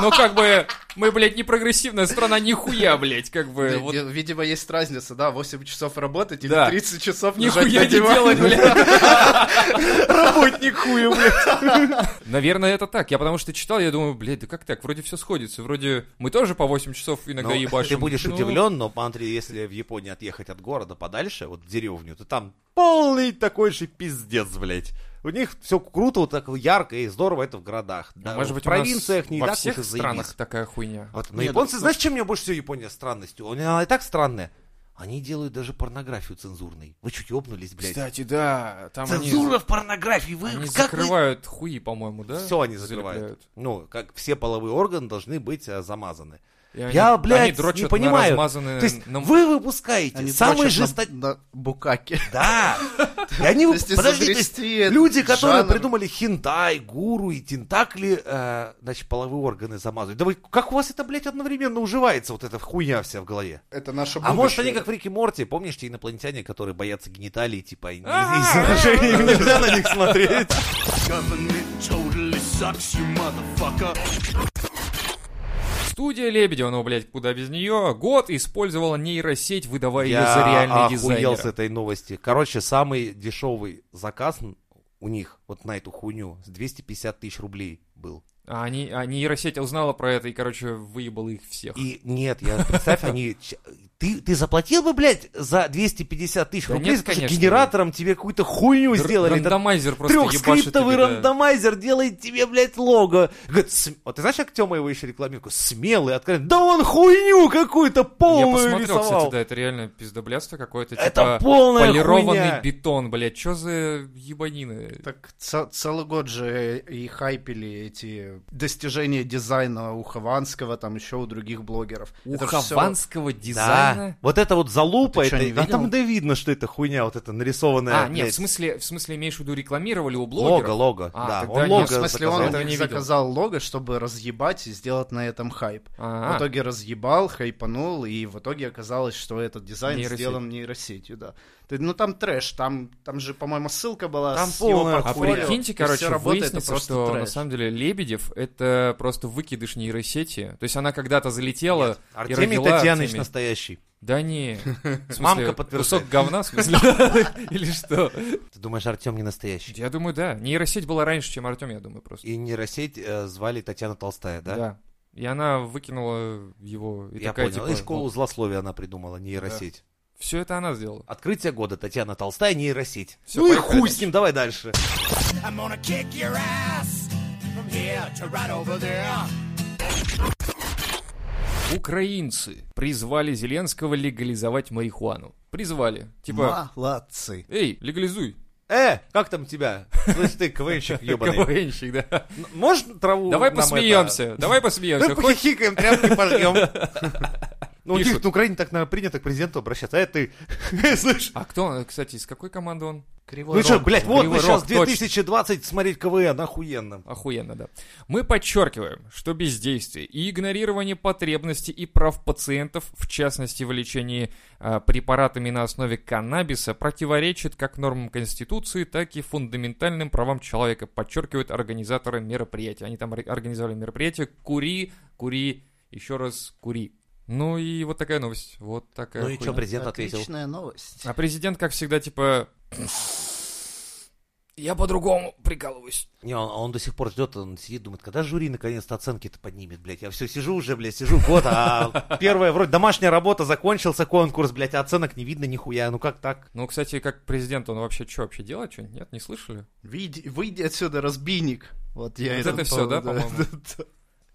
Speaker 3: но как бы мы, блядь, не прогрессивная страна, нихуя, блядь, как бы.
Speaker 2: Ви-
Speaker 3: вот
Speaker 2: ви- Видимо, есть разница, да, 8 часов работать или
Speaker 3: Да.
Speaker 2: 30 часов лежать
Speaker 3: Нихуя
Speaker 2: на
Speaker 3: не
Speaker 2: диване.
Speaker 3: делать, блядь.
Speaker 4: работник хуя, блядь.
Speaker 3: Наверное, это так. Я потому что читал, я думаю, блядь, да как так? Вроде все сходится. Вроде мы тоже по 8 часов иногда
Speaker 4: Ну,
Speaker 3: ебашим.
Speaker 4: Ты будешь
Speaker 3: Ну,
Speaker 4: удивлен, но, смотри, если в Японии отъехать от города подальше, вот в деревню, то там полный такой же пиздец, блядь. У них все круто, вот так ярко и здорово это в городах. Да,
Speaker 3: Может быть,
Speaker 4: в провинциях не
Speaker 3: во
Speaker 4: так
Speaker 3: всех
Speaker 4: уж и заебись.
Speaker 3: странах такая хуйня.
Speaker 4: Вот, но
Speaker 2: Нет,
Speaker 4: японцы,
Speaker 2: ну-
Speaker 4: знаешь, чем мне больше всего Япония странностью? У меня она и так странная. Они делают даже порнографию цензурной. Вы чуть обнулись, блядь.
Speaker 3: Кстати, да, там они,
Speaker 4: Цензура в порнографии, вы
Speaker 3: они
Speaker 4: как вы
Speaker 3: закрывают хуи, по-моему, да?
Speaker 4: Все они закрывают. Ну, как все половые органы должны быть э, замазаны.
Speaker 3: И они-
Speaker 4: Я,
Speaker 3: они
Speaker 4: блядь,
Speaker 3: дрочат
Speaker 4: не
Speaker 3: на
Speaker 4: понимаю.
Speaker 3: размазанные
Speaker 4: То есть
Speaker 3: нам-
Speaker 4: вы выпускаете
Speaker 2: Они
Speaker 4: самые
Speaker 2: дрочат на-
Speaker 4: жестокие...
Speaker 2: на букаке.
Speaker 4: Да! Я не...
Speaker 2: То есть
Speaker 4: Подожди, то есть
Speaker 2: изобрести этот
Speaker 4: люди, которые
Speaker 2: жанр.
Speaker 4: придумали хинтай, гуру и тентакли, э, значит, половые органы замазывают. Да вы, как у вас это, блядь, одновременно уживается, вот эта хуйня вся в голове?
Speaker 2: Это наше
Speaker 4: А
Speaker 2: будущее.
Speaker 4: может, они как в Рике Морти, помнишь, те инопланетяне, которые боятся гениталий, типа, и не-
Speaker 3: А!
Speaker 4: из выражения им нельзя на них смотреть?
Speaker 3: Студия Лебедева, ну, блядь, куда без нее, год использовала нейросеть, выдавая ее за
Speaker 4: Я
Speaker 3: реальный
Speaker 4: охуел
Speaker 3: дизайнера.
Speaker 4: с этой новости. Короче, самый дешевый заказ у них вот на эту хуйню с 250 тысяч рублей был.
Speaker 3: А, они, а нейросеть узнала про это и, короче, выебала их всех.
Speaker 4: И нет, я представь, они... ч- Ты, ты заплатил бы, блядь, за 250 тысяч
Speaker 3: Да
Speaker 4: рублей,
Speaker 3: нет,
Speaker 4: потому что
Speaker 3: конечно,
Speaker 4: генератором тебе какую-то хуйню
Speaker 3: Р-
Speaker 4: сделали. Это
Speaker 3: Рандомайзер просто ебашит
Speaker 4: Трехскриптовый
Speaker 3: тебе, да.
Speaker 4: рандомайзер делает тебе, блядь, лого. Говорит, «См- вот ты знаешь, как Тёма его еще рекламировал? Смелый, открыт. Да он хуйню какую-то
Speaker 3: Я
Speaker 4: полную
Speaker 3: посмотрел,
Speaker 4: рисовал.
Speaker 3: кстати, да, это реально пиздоблядство какое-то, типа
Speaker 4: Это полная
Speaker 3: полированный
Speaker 4: хуйня.
Speaker 3: бетон, блядь, что за ебанины?
Speaker 2: Так ц- целый год же и хайпели эти достижения дизайна у Хованского, там еще у других блогеров.
Speaker 3: У
Speaker 2: Это ж всё-
Speaker 3: хованского
Speaker 4: Да.
Speaker 3: дизайна?
Speaker 4: Вот это вот залупа,
Speaker 2: Ты чё,
Speaker 4: это,
Speaker 2: не
Speaker 4: а
Speaker 2: видел?
Speaker 4: там да видно, что это хуйня, вот это нарисованная.
Speaker 3: А, нет,
Speaker 4: блядь,
Speaker 3: в смысле, в смысле, имеешь в виду, рекламировали у блогеров?
Speaker 4: Лого, лого,
Speaker 3: А,
Speaker 4: да.
Speaker 3: тогда
Speaker 4: Он
Speaker 3: нет,
Speaker 4: лого
Speaker 2: в смысле,
Speaker 4: заказал.
Speaker 2: он
Speaker 3: этого
Speaker 2: у
Speaker 3: не
Speaker 2: них
Speaker 3: видел.
Speaker 2: заказал лого, чтобы разъебать и сделать на этом хайп.
Speaker 3: А,
Speaker 2: В итоге разъебал, хайпанул, и в итоге оказалось, что этот дизайн
Speaker 3: Нейросеть.
Speaker 2: сделан нейросетью, да. Ты- ну там трэш, там, там же, по-моему, ссылка была
Speaker 4: Там
Speaker 2: с его
Speaker 4: полная
Speaker 3: А
Speaker 2: портфолио,
Speaker 4: хуйня.
Speaker 3: прикиньте,
Speaker 2: и
Speaker 3: короче,
Speaker 2: всё работает, это
Speaker 3: выяснится,
Speaker 2: просто
Speaker 3: что на
Speaker 2: трэш.
Speaker 3: самом деле Лебедев это просто выкидыш нейросети. То есть она когда-то залетела
Speaker 4: Нет,
Speaker 3: и
Speaker 4: Артемий
Speaker 3: родила
Speaker 4: Татьянович
Speaker 3: Артемия.
Speaker 4: настоящий.
Speaker 3: Да не. В смысле,
Speaker 4: Мамка подтверждает.
Speaker 3: Кусок говна, в смысле? Или что?
Speaker 4: Ты думаешь, Артем не настоящий?
Speaker 3: Я думаю, да. Нейросеть была раньше, чем Артем, я думаю, просто.
Speaker 4: И нейросеть э, звали Татьяна Толстая, да?
Speaker 3: Да. И она выкинула его. И
Speaker 4: Я
Speaker 3: такая,
Speaker 4: понял.
Speaker 3: типа,
Speaker 4: И школу злословия она придумала, нейросеть.
Speaker 3: Все это она сделала.
Speaker 4: Открытие года, Татьяна Толстая, нейросеть.
Speaker 3: Всё,
Speaker 4: ну и
Speaker 3: поехали
Speaker 4: хуй с ним, давай дальше.
Speaker 3: Украинцы призвали Зеленского легализовать марихуану. Призвали. Типа,
Speaker 2: Молодцы.
Speaker 3: эй, легализуй.
Speaker 4: Э, как там тебя? Слышь ты, КВНщик ебаный.
Speaker 3: КВНщик, да.
Speaker 4: Н- Можешь траву
Speaker 3: Давай
Speaker 4: нам это-
Speaker 3: посмеемся, давай посмеемся.
Speaker 4: Давай
Speaker 3: Хоть
Speaker 4: похихикаем, тряпки пожгем. Ну, у
Speaker 3: Пишут.
Speaker 4: них на Украине так, наверное, принято к президенту обращаться. А это ты, слышь,
Speaker 3: А кто, он, кстати, из какой команды он?
Speaker 2: Кривой
Speaker 4: ну
Speaker 2: рог.
Speaker 4: что, блядь, вот мы
Speaker 3: Кривой
Speaker 4: сейчас
Speaker 3: Рог, точно.
Speaker 4: 2020 смотреть КВН, охуенно.
Speaker 3: Охуенно, да. Мы подчеркиваем, что бездействие и игнорирование потребностей и прав пациентов, в частности в лечении а, препаратами на основе каннабиса, противоречит как нормам Конституции, так и фундаментальным правам человека, подчеркивают организаторы мероприятия. Они там ре- организовали мероприятие «Кури, кури, еще раз кури». Ну и вот такая новость. Вот такая
Speaker 4: Ну и что
Speaker 3: хуйня.
Speaker 4: президент ответил?
Speaker 2: Отличная новость.
Speaker 3: А президент, как всегда, типа,
Speaker 6: Я по-другому прикалываюсь.
Speaker 4: Не, он, он до сих пор ждет, он сидит, думает, когда жюри наконец-то оценки-то поднимет, блядь. Я все сижу уже, блядь, сижу год, а первая вроде домашняя работа, закончился конкурс, блядь, а оценок не видно нихуя. Ну как так?
Speaker 3: ну, кстати, как президент, он вообще что, вообще делает что-нибудь? Нет, не слышали?
Speaker 2: Выйди, выйди отсюда, разбийник. Вот я
Speaker 3: Вот
Speaker 2: этот
Speaker 3: это всё,
Speaker 2: пол-
Speaker 3: да, по-моему?
Speaker 2: да,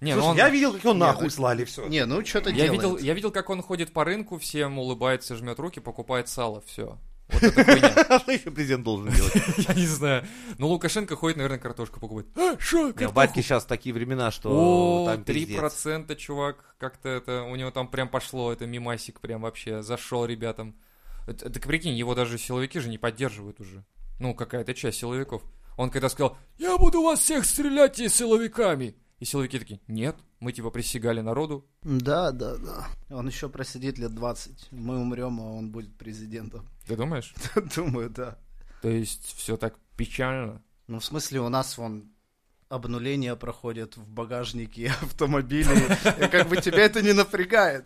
Speaker 3: Не, ну
Speaker 4: Слушай,
Speaker 3: он-
Speaker 4: я видел, как его
Speaker 2: Не,
Speaker 4: нахуй
Speaker 2: ну-
Speaker 4: слали,
Speaker 2: да.
Speaker 4: все.
Speaker 2: Не, ну что-то
Speaker 3: Я
Speaker 2: делает.
Speaker 3: видел, я видел, как он ходит по рынку, всем улыбается, жмет руки, покупает сало, все. Вот это хуйня.
Speaker 4: А что еще президент должен делать?
Speaker 3: Я не знаю. Ну, Лукашенко ходит, наверное, картошку покупает. А, шо,
Speaker 4: Не, В
Speaker 3: картошку?
Speaker 4: Батьке сейчас такие времена, что
Speaker 3: О,
Speaker 4: там пиздец.
Speaker 3: 3%, чувак, как-то это, у него там прям пошло, это мимасик прям вообще зашел ребятам. Это- Так прикинь, его даже силовики же не поддерживают уже. Ну, какая-то часть силовиков. Он когда сказал, я буду вас всех стрелять и силовиками. И силовики такие, нет, мы типа присягали народу.
Speaker 2: Да, да, да. Он еще просидит лет 20. Мы умрем, а он будет президентом.
Speaker 3: Ты думаешь?
Speaker 2: Думаю, да.
Speaker 3: То есть все так печально.
Speaker 2: Ну, в смысле, у нас вон обнуление проходит в багажнике автомобилей. И Как бы тебя это не напрягает.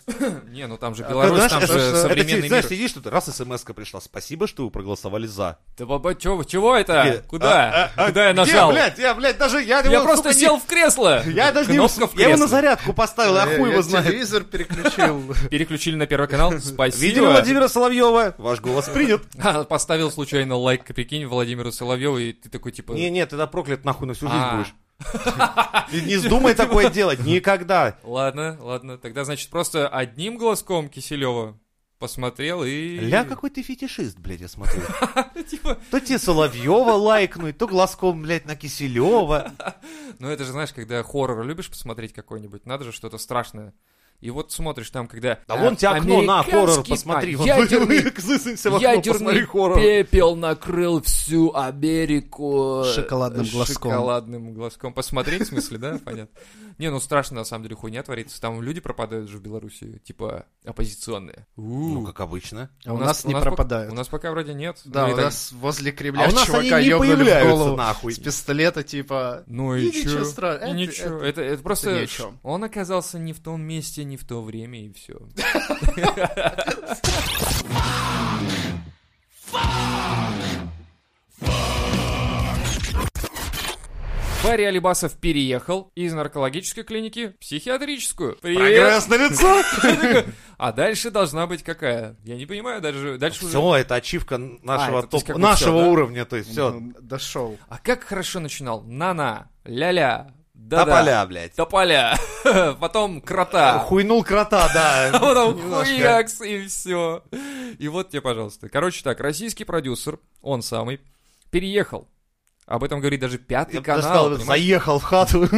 Speaker 3: Не, ну там же
Speaker 2: А
Speaker 3: Беларусь, там
Speaker 4: это
Speaker 3: же
Speaker 4: что- это
Speaker 3: современный
Speaker 4: тебе, Знаешь,
Speaker 3: мир.
Speaker 4: сидишь тут, раз смс пришла, спасибо, что вы проголосовали за.
Speaker 3: Да баба, чё- чего это? А,
Speaker 4: Где? А,
Speaker 3: Куда? Куда я
Speaker 4: Где,
Speaker 3: нажал?
Speaker 4: блядь, я, блядь, даже я...
Speaker 3: Я
Speaker 4: его,
Speaker 3: просто
Speaker 4: сука, не-
Speaker 3: сел в кресло.
Speaker 4: Я даже не...
Speaker 3: Кнопка в
Speaker 4: Я
Speaker 3: кресло.
Speaker 4: его
Speaker 3: Э,
Speaker 4: на зарядку поставил, а хуй
Speaker 2: Я
Speaker 4: его знает.
Speaker 2: телевизор переключил.
Speaker 3: Переключили на первый канал.
Speaker 4: Видео
Speaker 3: Спасибо.
Speaker 4: Владимира Соловьева. Ваш голос принят.
Speaker 3: А, Поставил случайно лайк, прикинь, Владимиру Соловьеву, и ты такой типа...
Speaker 4: Не, не, ты да проклят нахуй на всю жизнь
Speaker 3: А. Типа-
Speaker 4: будешь. И не вздумай такое делать, никогда.
Speaker 3: Ладно, ладно. Тогда, значит, просто одним глазком Киселева посмотрел и...
Speaker 4: Ля, какой ты фетишист, блядь, я смотрю.
Speaker 3: Типа,
Speaker 4: То тебе Соловьева лайкнуть, то глазком, блядь, на Киселева.
Speaker 3: Ну это же, знаешь, когда хоррор любишь посмотреть какой-нибудь, надо же что-то страшное. И вот смотришь там, когда...
Speaker 4: Да А вон тебе окно на хоррор посмотри. Вон
Speaker 6: ядерный-
Speaker 4: к лысым в окно посмотри
Speaker 6: Ядерный
Speaker 4: хоррор.
Speaker 6: пепел накрыл всю Америку.
Speaker 2: Шоколадным глазком.
Speaker 3: Э, Шоколадным глазком. Посмотреть, в смысле, да? Понятно. Не, ну страшно, на самом деле, хуйня творится. Там люди пропадают же в Беларуси, типа, оппозиционные.
Speaker 4: Ну,
Speaker 3: У
Speaker 4: как обычно.
Speaker 2: А у нас не
Speaker 3: пока-
Speaker 2: пропадают.
Speaker 3: У нас пока вроде нет.
Speaker 2: Да,
Speaker 3: Ну и
Speaker 2: у
Speaker 3: так-
Speaker 2: нас возле
Speaker 4: А
Speaker 2: Кремля
Speaker 4: у нас они
Speaker 2: чувака
Speaker 4: не
Speaker 2: ёбнули в
Speaker 4: появляются,
Speaker 2: голову
Speaker 4: нахуй.
Speaker 2: с пистолета, типа...
Speaker 3: Ну и,
Speaker 2: И ничего
Speaker 3: чё?
Speaker 2: страшного.
Speaker 3: И
Speaker 2: Это-
Speaker 3: ничего. Это, это просто...
Speaker 2: ни о чём.
Speaker 3: Он оказался не в том месте, не в то время, и все. Барри Алибасов переехал из наркологической клиники в психиатрическую. Привет!
Speaker 4: Прогресс на лицо.
Speaker 3: А дальше должна быть какая? Я не понимаю, даже дальше уже...
Speaker 4: Все, это ачивка
Speaker 3: А,
Speaker 4: нашего
Speaker 3: это то есть
Speaker 4: топ-
Speaker 3: как бы
Speaker 4: нашего
Speaker 3: всё, да?
Speaker 4: уровня, то есть все.
Speaker 2: ну, Дошел.
Speaker 3: А как хорошо начинал? На-на, ля-ля, да-да.
Speaker 4: Тополя, блядь.
Speaker 3: Тополя. Потом крота.
Speaker 4: Хуйнул крота,
Speaker 3: А
Speaker 4: да.
Speaker 3: потом
Speaker 4: Немножко.
Speaker 3: хуякс, и все. И вот тебе, пожалуйста. Короче так, российский продюсер, он самый, переехал. Об этом говорит даже пятый
Speaker 4: Я бы даже
Speaker 3: канал.
Speaker 4: сказал,
Speaker 3: понимаешь?
Speaker 4: заехал в хату.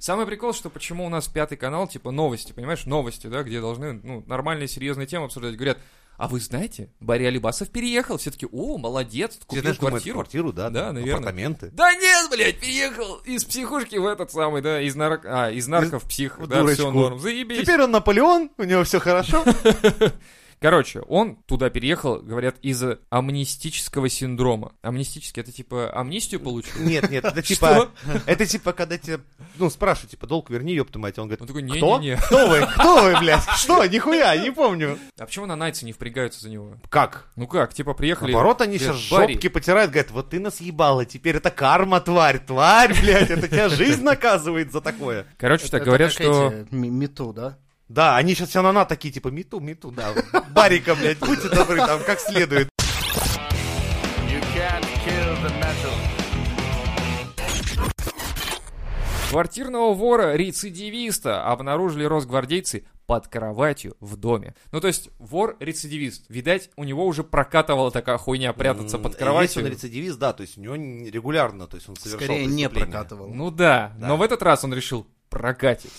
Speaker 3: Самый прикол, что почему у нас пятый канал, типа новости, понимаешь, новости, да, где должны ну, нормальные серьезные темы обсуждать. Говорят, а вы знаете, Барри Алибасов переехал. Все таки о, молодец,
Speaker 4: Все,
Speaker 3: купил
Speaker 4: знаешь, думают,
Speaker 3: квартиру.
Speaker 4: Квартиру, да.
Speaker 3: Да,
Speaker 4: там,
Speaker 3: наверное.
Speaker 4: Апартаменты.
Speaker 3: Да нет, блядь, переехал из психушки в этот самый, да, из, нарк... а, из нарков в псих,
Speaker 4: в
Speaker 3: да, все
Speaker 4: дурочку.
Speaker 3: норм, заебись.
Speaker 4: Теперь он Наполеон, у него все хорошо.
Speaker 3: Короче, он туда переехал, говорят, из-за амнистического синдрома. Амнистический, это типа амнистию получил?
Speaker 4: Нет, нет, это типа, это типа, когда тебе, ну, спрашивают, типа, долг верни, ёб твою мать. Он
Speaker 3: Он
Speaker 4: говорит,
Speaker 3: такой,
Speaker 4: кто?
Speaker 3: не-не-не.
Speaker 4: Кто вы? Кто вы, блядь? Что? Нихуя, не помню.
Speaker 3: А почему на Найцы не впрягаются за него?
Speaker 4: Как?
Speaker 3: Ну как, типа приехали...
Speaker 4: Наоборот, они
Speaker 3: говорят,
Speaker 4: сейчас
Speaker 3: «Барри,
Speaker 4: жопки потирают, говорят, вот ты нас ебала, теперь это карма, тварь, тварь, блядь, это тебя жизнь наказывает за такое.
Speaker 3: Короче, так
Speaker 2: Это
Speaker 3: говорят,
Speaker 2: как
Speaker 3: что...
Speaker 2: эти, ми- Мету, да?
Speaker 4: Да, они сейчас все на на такие, типа, мету, мету, да. Барика, блядь, будьте добры, там, как следует.
Speaker 3: Квартирного вора-рецидивиста обнаружили росгвардейцы под кроватью в доме. Ну, то есть, вор-рецидивист. Видать, у него уже прокатывала такая хуйня прятаться под
Speaker 4: Если он
Speaker 3: кроватью.
Speaker 4: рецидивист, да, то есть у него н- регулярно, то есть он совершал
Speaker 2: Скорее не
Speaker 4: преступления.
Speaker 2: прокатывал.
Speaker 3: Ну да,
Speaker 4: Да.
Speaker 3: но в этот раз он решил прокатит.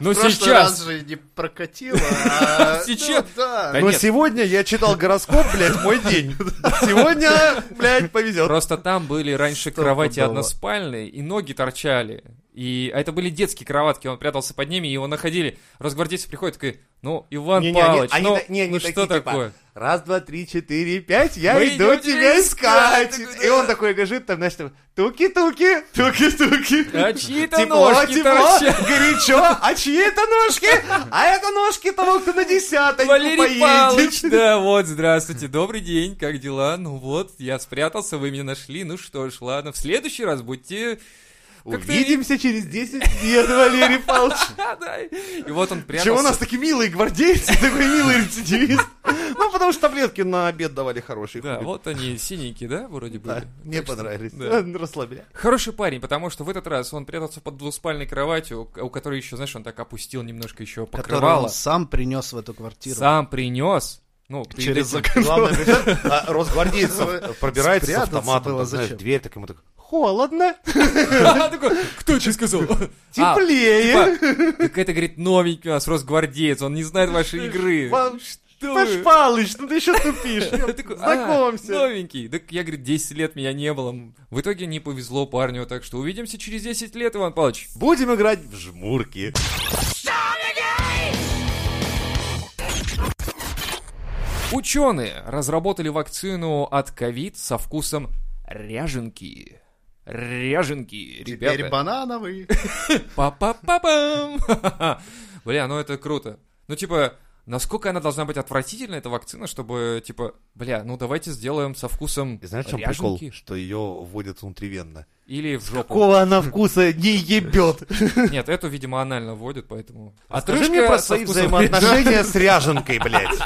Speaker 3: Но
Speaker 2: В прошлый раз
Speaker 3: сейчас...
Speaker 2: же не прокатило, а...
Speaker 3: Сейчас?
Speaker 2: Ну да.
Speaker 3: Да
Speaker 4: Но
Speaker 3: нет.
Speaker 4: сегодня я читал гороскоп, блядь, мой день. Сегодня, блядь, повезет.
Speaker 3: Просто там были раньше
Speaker 2: Что
Speaker 3: кровати
Speaker 2: было?
Speaker 3: односпальные, и ноги торчали. И а это были детские кроватки, он прятался под ними, и его находили. Росгвардейцы приходят, такой, ну, Иван
Speaker 4: Не-не, они-
Speaker 3: Павлович,
Speaker 4: они
Speaker 3: ну,
Speaker 4: та- не, они
Speaker 3: ну что
Speaker 4: такие, типа,
Speaker 3: такое?
Speaker 4: Раз, два, три, четыре, пять, я
Speaker 3: Мы
Speaker 4: иду
Speaker 3: идем
Speaker 4: тебя
Speaker 3: тебя искать.
Speaker 4: искать.
Speaker 3: Такой,
Speaker 4: И
Speaker 3: да.
Speaker 4: он такой бежит, там, значит, туки-туки, туки-туки.
Speaker 3: А чьи-то
Speaker 4: Тепло,
Speaker 3: ножки
Speaker 4: тепло,
Speaker 3: торчат.
Speaker 4: горячо, а чьи это ножки? А это ножки того, кто на десятой
Speaker 3: Валерий Павлович,
Speaker 4: поедет.
Speaker 3: да, вот, здравствуйте, добрый день, как дела? Ну вот, я спрятался, вы меня нашли, ну что ж, ладно, в следующий раз будьте... как-то-
Speaker 4: Увидимся через 10 лет, Валерий Павлович.
Speaker 3: Да, да. И вот он прятался.
Speaker 4: Чего у нас такие милые гвардейцы, такой милый рецидивист? Ну, потому что таблетки на обед давали хорошие.
Speaker 3: Да,
Speaker 4: хули.
Speaker 3: вот они синенькие, да, вроде
Speaker 4: Да,
Speaker 3: были?
Speaker 4: Мне понравились.
Speaker 3: да.
Speaker 4: Расслабляли.
Speaker 3: Хороший парень, потому что в этот раз он прятался под двуспальной кроватью, у которой еще, знаешь, он так опустил немножко еще
Speaker 2: Которого
Speaker 3: покрывало.
Speaker 2: он сам принес в эту квартиру.
Speaker 3: Сам принес. Ну, перед
Speaker 2: Через
Speaker 3: этим-
Speaker 2: окно.
Speaker 4: Главное, причем, а, росгвардейцев пробирается с
Speaker 2: Спрятаться
Speaker 4: автоматом,
Speaker 2: было
Speaker 4: там, знаешь,
Speaker 2: зачем?
Speaker 4: дверь, так ему так, холодно,
Speaker 3: Ха-ха, такой, Кто тебе сказал? А,
Speaker 4: теплее,
Speaker 3: типа, Так это, говорит, новенький у нас росгвардеец, он не знает вашей игры.
Speaker 4: Вам-
Speaker 3: Что
Speaker 4: Паш
Speaker 3: вы?
Speaker 4: Палыч, ну ты еще тупишь,
Speaker 3: Я такой, «А,
Speaker 4: знакомься.
Speaker 3: новенький. Так я, говорит, 10 лет меня не было. В итоге не повезло парню, так что увидимся через 10 лет, Иван Павлович.
Speaker 4: Будем играть в жмурки.
Speaker 3: Ученые разработали вакцину от ковид со вкусом ряженки. Ряженки,
Speaker 2: Теперь
Speaker 3: ребята.
Speaker 2: банановый.
Speaker 3: Па-па-па-пам. Бля, ну это круто. Ну типа, насколько она должна быть отвратительна, эта вакцина, чтобы, типа, бля, ну давайте сделаем со вкусом
Speaker 4: И знаешь, в чем прикол?
Speaker 3: ряженки
Speaker 4: Что ее вводят внутривенно.
Speaker 3: или в жопу.
Speaker 4: Какого она вкуса не ебет.
Speaker 3: Нет, эту, видимо, анально вводят, поэтому...
Speaker 4: А Скажи мне про
Speaker 3: со
Speaker 4: свои
Speaker 3: вкусом
Speaker 4: взаимоотношения с ряженкой, блядь.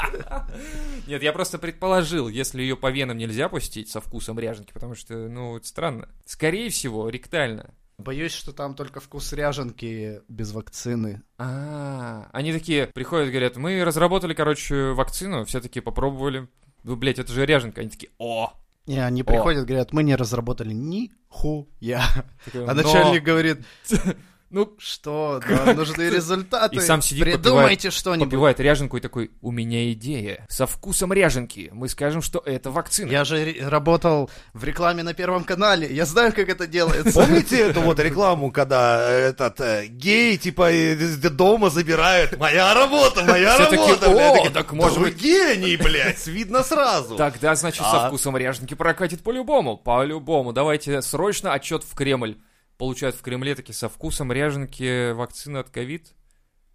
Speaker 3: Нет, я просто предположил, если ее по венам нельзя пустить со вкусом ряженки, потому что, ну, это странно. Скорее всего, ректально.
Speaker 2: Боюсь, что там только вкус ряженки без вакцины.
Speaker 3: А, они такие приходят, говорят, мы разработали, короче, вакцину, все таки попробовали. Ну, блядь, это же ряженка. Они такие, о!
Speaker 2: И они приходят, говорят, мы не разработали нихуя.
Speaker 3: Такой, «Но».
Speaker 2: А начальник говорит,
Speaker 3: Ну,
Speaker 2: что, нам нужны результаты.
Speaker 3: И сам сидит,
Speaker 2: Придумайте что-нибудь.
Speaker 3: попивает ряженку и такой, у меня идея. Со вкусом ряженки. Мы скажем, что это вакцина.
Speaker 2: Я же ре- работал в рекламе на Первом канале, я знаю, как это делается.
Speaker 4: Помните эту вот рекламу, когда э, этот э, гей, типа, э, из дома забирают? Моя работа, моя
Speaker 3: Все такие,
Speaker 4: работа,
Speaker 3: «О,
Speaker 4: блядь. Такие,
Speaker 3: так
Speaker 4: «Да
Speaker 3: может
Speaker 4: вы
Speaker 3: быть».
Speaker 4: гений, блядь, видно сразу.
Speaker 3: Тогда, значит, со
Speaker 4: А.
Speaker 3: вкусом ряженки прокатит по-любому. По-любому. Давайте срочно отчет в Кремль. Получают в Кремле таки со вкусом ряженки вакцины от ковид.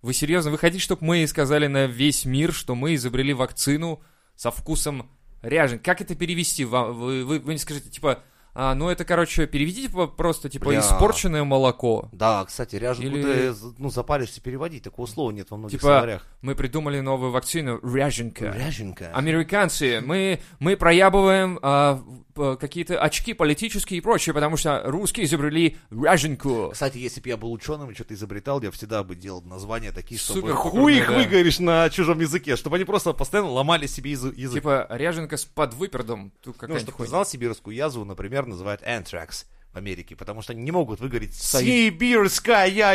Speaker 3: Вы серьезно? Вы хотите, чтобы мы сказали на весь мир, что мы изобрели вакцину со вкусом ряженки? Как это перевести? Вам- Вы, вы, вы не скажите, типа, а, ну это, короче, переведите по- просто, типа,
Speaker 4: Бля.
Speaker 3: испорченное молоко.
Speaker 4: Да, кстати, ряженку
Speaker 3: Или-
Speaker 4: ты, з- ну, запаришься переводить, такого слова нет во многих
Speaker 3: Типа, э,
Speaker 4: словарях.
Speaker 3: Мы придумали новую вакцину, ряженка.
Speaker 4: Ряженка.
Speaker 3: Американцы, мы, мы проябываем а, п- какие-то очки политические и прочее, потому что русские изобрели ряженку.
Speaker 4: Кстати, если бы я был ученым и что-то изобретал, я всегда бы делал названия такие, чтобы
Speaker 3: Супер-пупер,
Speaker 4: хуй их
Speaker 3: да.
Speaker 4: выговоришь на чужом языке, чтобы они просто постоянно ломали себе язы- язык.
Speaker 3: Типа ряженка с подвыпердом. Тут
Speaker 4: ну,
Speaker 3: какая-нибудь
Speaker 4: чтобы ты
Speaker 3: хуйня.
Speaker 4: знал, сибирскую язву, например, называют anthrax в Америке, потому что они не могут выговорить
Speaker 3: Союз.
Speaker 4: «Сибирская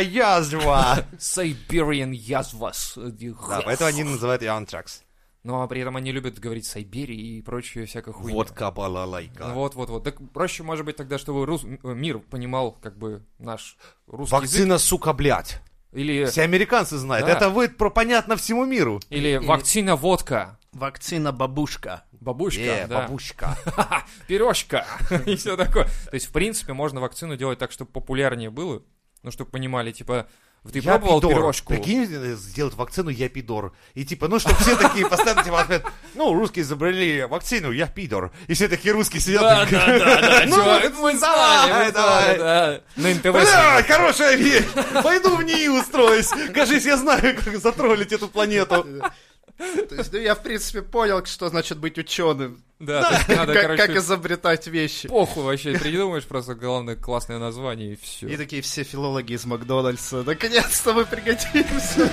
Speaker 4: язва».
Speaker 3: Siberian язвас.
Speaker 4: Да, поэтому они называют ее антракс.
Speaker 3: Но Ну, а при этом они любят говорить Сайберии и прочую всякую хуйню.
Speaker 4: Водка
Speaker 3: Ну,
Speaker 4: балалайка.
Speaker 3: Вот, вот, вот. Так проще, может быть, тогда, чтобы рус- м- э, мир понимал, как бы, наш русский язык.
Speaker 4: Вакцина, сука, блядь.
Speaker 3: Или,
Speaker 4: Все американцы знают.
Speaker 3: Э. Да.
Speaker 4: Это вы про понятно всему миру.
Speaker 3: или вакцина водка.
Speaker 2: Вакцина бабушка.
Speaker 3: Бабушка,
Speaker 4: Э,
Speaker 3: да.
Speaker 4: бабушка.
Speaker 3: пирожка и все такое. То есть, в принципе, можно вакцину делать так, чтобы популярнее было, ну, чтобы понимали, типа, ты
Speaker 4: Я
Speaker 3: пробовал
Speaker 4: пидор.
Speaker 3: пирожку?
Speaker 4: Прикинь, э, сделать вакцину «Я пидор». И типа, ну, чтобы все такие постоянно типа ответ, ну, русские изобрели вакцину «Я пидор». И все такие русские
Speaker 3: Да,
Speaker 4: сидят.
Speaker 3: да, да, да,
Speaker 4: Ну,
Speaker 3: чё,
Speaker 4: это
Speaker 3: мы
Speaker 4: да,
Speaker 3: знали, мы
Speaker 4: давай.
Speaker 3: знали, да. На
Speaker 4: Бля,
Speaker 3: НТВ.
Speaker 4: хорошая вещь! Пойду в ней устроюсь. Кажись, я знаю, как затроллить эту планету.
Speaker 2: То есть, ну, я, в принципе, понял, что значит быть ученым.
Speaker 3: Да, то есть надо,
Speaker 2: Как как
Speaker 3: короче,
Speaker 2: изобретать вещи.
Speaker 3: похуй вообще, придумаешь просто, главное, классное название и
Speaker 2: И
Speaker 3: все.
Speaker 2: такие все филологи из Макдональдса. Наконец-то мы пригодимся.